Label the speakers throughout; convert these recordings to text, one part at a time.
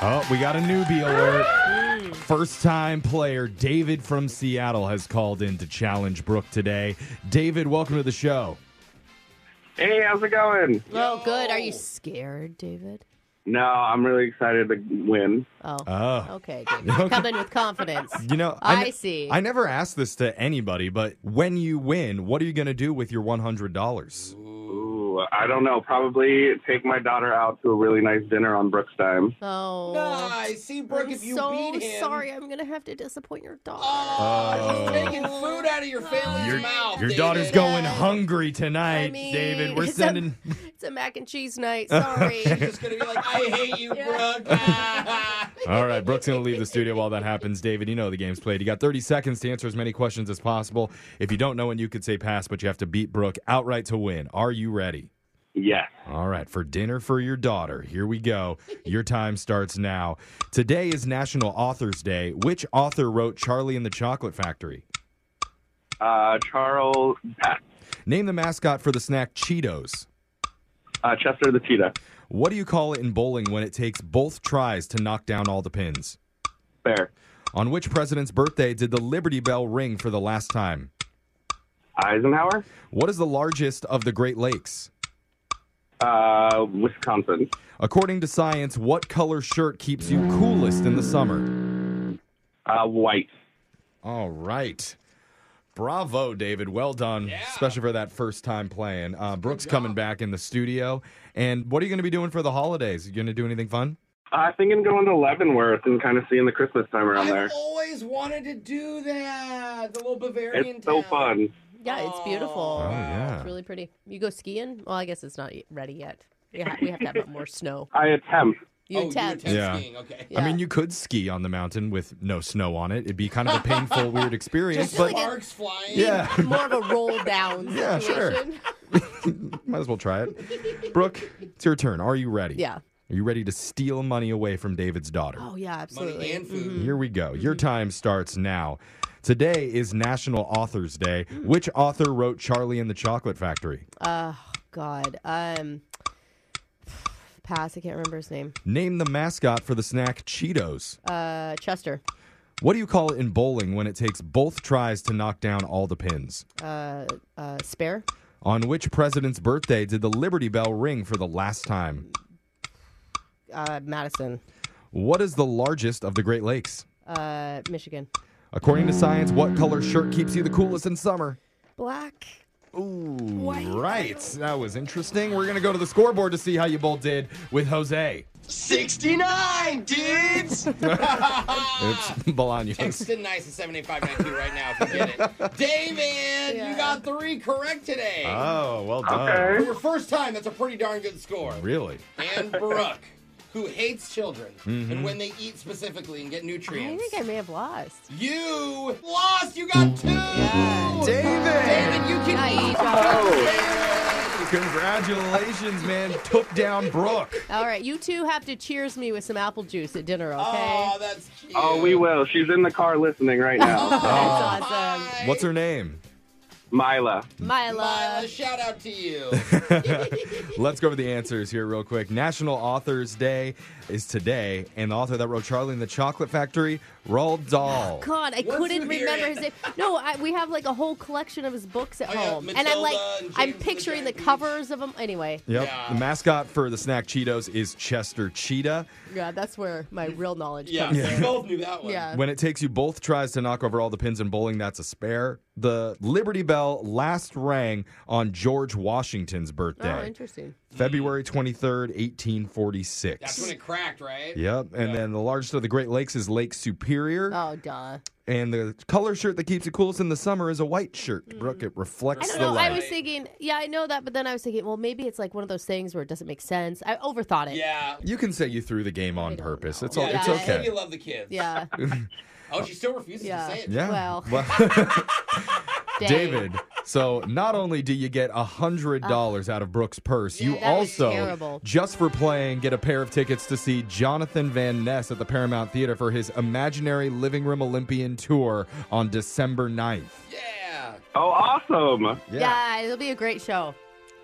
Speaker 1: Oh, we got a newbie alert. First time player David from Seattle has called in to challenge Brooke today. David, welcome to the show.
Speaker 2: Hey, how's it going?
Speaker 3: Oh, good. Are you scared, David?
Speaker 2: No, I'm really excited to win.
Speaker 3: Oh.
Speaker 1: Oh.
Speaker 3: Okay, David. Come in with confidence.
Speaker 1: You know,
Speaker 3: I
Speaker 1: ne-
Speaker 3: see.
Speaker 1: I never asked this to anybody, but when you win, what are you going to do with your $100?
Speaker 2: Ooh, I don't know. Probably take my daughter out to a really nice dinner on Brooks time.
Speaker 3: Oh.
Speaker 4: Nice. See, Brooke,
Speaker 3: I'm
Speaker 4: if you
Speaker 3: so
Speaker 4: beat him.
Speaker 3: sorry. I'm going to have to disappoint your daughter.
Speaker 4: Oh,
Speaker 1: Oh.
Speaker 4: he's taking food out of your family's
Speaker 1: Your,
Speaker 4: mouth.
Speaker 1: your
Speaker 4: David.
Speaker 1: daughter's going hungry tonight,
Speaker 3: uh, I mean,
Speaker 1: David. We're
Speaker 3: it's a-
Speaker 1: sending.
Speaker 3: It's a mac and cheese night. Sorry.
Speaker 4: She's just gonna be like, "I hate you,
Speaker 3: Yeah.
Speaker 4: Brooke." Ah.
Speaker 1: All right, Brooke's going to leave the studio while that happens. David, you know the game's played. You got 30 seconds to answer as many questions as possible. If you don't know it, you could say pass, but you have to beat Brooke outright to win. Are you ready?
Speaker 2: Yes.
Speaker 1: All right, for dinner for your daughter. Here we go. Your time starts now. Today is National Authors Day. Which author wrote Charlie and the Chocolate Factory?
Speaker 2: Uh, Charles, Pat,
Speaker 1: Name the mascot for the snack Cheetos.
Speaker 2: uh, Chester the cheetah,
Speaker 1: What do you call it in bowling when it takes both tries to knock down all the pins?
Speaker 2: Bear,
Speaker 1: On which president's birthday did the Liberty Bell ring for the last time?
Speaker 2: Eisenhower,
Speaker 1: What is the largest of the Great Lakes?
Speaker 2: uh, Wisconsin,
Speaker 1: According to science, what color shirt keeps you coolest in the summer?
Speaker 2: uh, White.
Speaker 1: All right. Bravo, David. Well done, especially for that first time playing. Uh, Brooks coming back in the studio. And what are you going to be doing for the holidays? You going to do anything fun?
Speaker 2: I'm thinking going to Leavenworth and kind of seeing the Christmas time around there.
Speaker 4: I've always wanted to do that. The little Bavarian.
Speaker 2: It's so
Speaker 4: town.
Speaker 2: fun.
Speaker 3: yeah, it's beautiful.
Speaker 1: Oh, yeah.
Speaker 3: It's really pretty. You go skiing? Well, I guess it's not ready yet. We ha- we have to have more snow.
Speaker 2: I attempt.
Speaker 3: You
Speaker 4: oh,
Speaker 3: attempt.
Speaker 4: You attempt
Speaker 1: Yeah.
Speaker 4: skiing. Okay.
Speaker 1: I mean,
Speaker 3: Yeah.
Speaker 1: you could ski on the mountain with no snow on it. It'd be kind of a painful, weird experience,
Speaker 4: Just
Speaker 1: but
Speaker 4: sparks flying.
Speaker 1: yeah,
Speaker 3: more of a roll down
Speaker 1: Yeah, sure.
Speaker 3: situation.
Speaker 1: might as well try it. Brooke, it's your turn. Are you ready?
Speaker 3: Yeah.
Speaker 1: Are you ready to steal money away from David's daughter?
Speaker 3: Oh yeah,
Speaker 4: Money
Speaker 3: absolutely. Mm-hmm.
Speaker 4: and food.
Speaker 1: Here we go. Your time starts now. Today is National Authors Day.
Speaker 3: Mm.
Speaker 1: Which author wrote Charlie and the Chocolate Factory?
Speaker 3: Oh God. Um. Pass. I can't remember his name.
Speaker 1: Name the mascot for the snack Cheetos.
Speaker 3: Uh, Chester.
Speaker 1: What do you call it in bowling when it takes both tries to knock down all the pins?
Speaker 3: Uh, uh, spare.
Speaker 1: On which president's birthday did the Liberty Bell ring for the last time?
Speaker 3: Uh, Madison.
Speaker 1: What is the largest of the Great Lakes?
Speaker 3: Uh, Michigan.
Speaker 1: According to science, what color shirt keeps you the coolest in summer?
Speaker 3: Black.
Speaker 1: Ooh, right. That was interesting. We're going to go to the scoreboard to see how you both did with Jose.
Speaker 4: 69,
Speaker 1: It's
Speaker 4: dudes!
Speaker 1: Bolaños.
Speaker 4: Text in nice at 78592 right now if you get it. David, you
Speaker 3: Yeah.
Speaker 4: got three correct today.
Speaker 1: Oh, well done.
Speaker 4: For
Speaker 2: Okay.
Speaker 4: your first time, that's a pretty darn good score.
Speaker 1: Really?
Speaker 4: And Brooke, who hates children
Speaker 1: Mm-hmm.
Speaker 4: and when they eat specifically and get
Speaker 3: I
Speaker 4: nutrients.
Speaker 3: think I may have lost.
Speaker 4: You lost. You got two. David, you can eat.
Speaker 2: Oh,
Speaker 1: Congratulations, man. Took down Brooke.
Speaker 3: All right, you two have to cheers me with some apple juice at dinner, okay?
Speaker 4: Oh, that's cute.
Speaker 2: Oh, we will. She's in the car listening right now.
Speaker 3: That's awesome.
Speaker 4: Hi.
Speaker 1: What's her name?
Speaker 2: Mila.
Speaker 3: Mila.
Speaker 4: Mila, shout out to you.
Speaker 1: Let's go over the answers here real quick. National Authors Day is today, and the author that wrote Charlie and the Chocolate Factory, Roald Dahl.
Speaker 3: God, I
Speaker 4: Once
Speaker 3: couldn't
Speaker 4: you hear
Speaker 3: remember
Speaker 4: it.
Speaker 3: his name. No, I, we have like a whole collection of his books at
Speaker 4: Oh, yeah,
Speaker 3: home, and I'm
Speaker 4: Matilda
Speaker 3: like,
Speaker 4: and
Speaker 3: I'm
Speaker 4: James and the
Speaker 3: picturing the,
Speaker 4: Giant Peach.
Speaker 3: covers of them. Anyway,
Speaker 1: Yep.
Speaker 4: Yeah.
Speaker 1: The mascot for the snack Cheetos is Chester Cheetah.
Speaker 3: yeah, that's where my real knowledge
Speaker 4: Yeah,
Speaker 3: comes in.
Speaker 4: we both knew that one.
Speaker 3: Yeah.
Speaker 1: When it takes you both tries to knock over all the pins in bowling, that's a spare. The Liberty Bell last rang on George Washington's birthday.
Speaker 3: Oh, interesting.
Speaker 1: February 23rd, 1846.
Speaker 4: That's when it cracked, right?
Speaker 1: Yep. And then the largest of the Great Lakes is Lake Superior.
Speaker 3: Oh, duh.
Speaker 1: and the color shirt that keeps it coolest in the summer is a white shirt. Brooke, it
Speaker 3: I
Speaker 1: reflects
Speaker 3: don't
Speaker 1: the
Speaker 3: know. I
Speaker 1: light.
Speaker 3: was thinking, yeah, I know that, but then I was thinking, well, maybe it's like one of those things where it doesn't make sense. I overthought it.
Speaker 4: Yeah.
Speaker 1: You can say you threw the game on purpose. It's all,
Speaker 4: Yeah,
Speaker 1: it's
Speaker 3: Yeah.
Speaker 4: just say
Speaker 1: okay.
Speaker 4: You love the kids.
Speaker 3: Yeah.
Speaker 4: Oh, she still refuses
Speaker 3: Yeah.
Speaker 4: to say it.
Speaker 1: Yeah.
Speaker 3: Well. Dang.
Speaker 1: David, so not only do you get a hundred dollars out of Brooke's purse, you
Speaker 3: Uh. that was
Speaker 1: also
Speaker 3: terrible.
Speaker 1: just for playing get a pair of tickets to see Jonathan Van Ness at the Paramount Theater for his imaginary living room Olympian tour on December 9th.
Speaker 4: Yeah.
Speaker 2: Oh, awesome.
Speaker 3: yeah, it'll be a great show.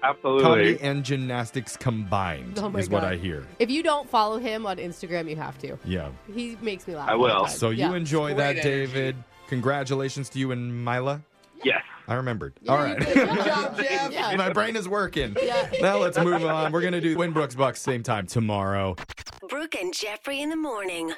Speaker 2: Absolutely.
Speaker 1: comedy and gymnastics combined
Speaker 3: Oh my
Speaker 1: is what
Speaker 3: God.
Speaker 1: I hear.
Speaker 3: If you don't follow him on Instagram, you have to.
Speaker 1: Yeah.
Speaker 3: He makes me laugh.
Speaker 2: I
Speaker 3: all the
Speaker 2: will.
Speaker 3: time.
Speaker 1: So you
Speaker 3: Yeah.
Speaker 1: enjoy
Speaker 4: Great
Speaker 1: that,
Speaker 4: energy.
Speaker 1: David. Congratulations to you and Mila.
Speaker 2: Yes.
Speaker 1: I remembered.
Speaker 3: Yeah,
Speaker 1: All
Speaker 3: you
Speaker 1: right.
Speaker 3: did. Good job, Jeff. Yeah.
Speaker 1: My brain is working.
Speaker 3: Yeah.
Speaker 1: Now let's move on. We're going to do Winbrooks Bucks same time tomorrow.
Speaker 5: Brooke and Jeffrey in the morning.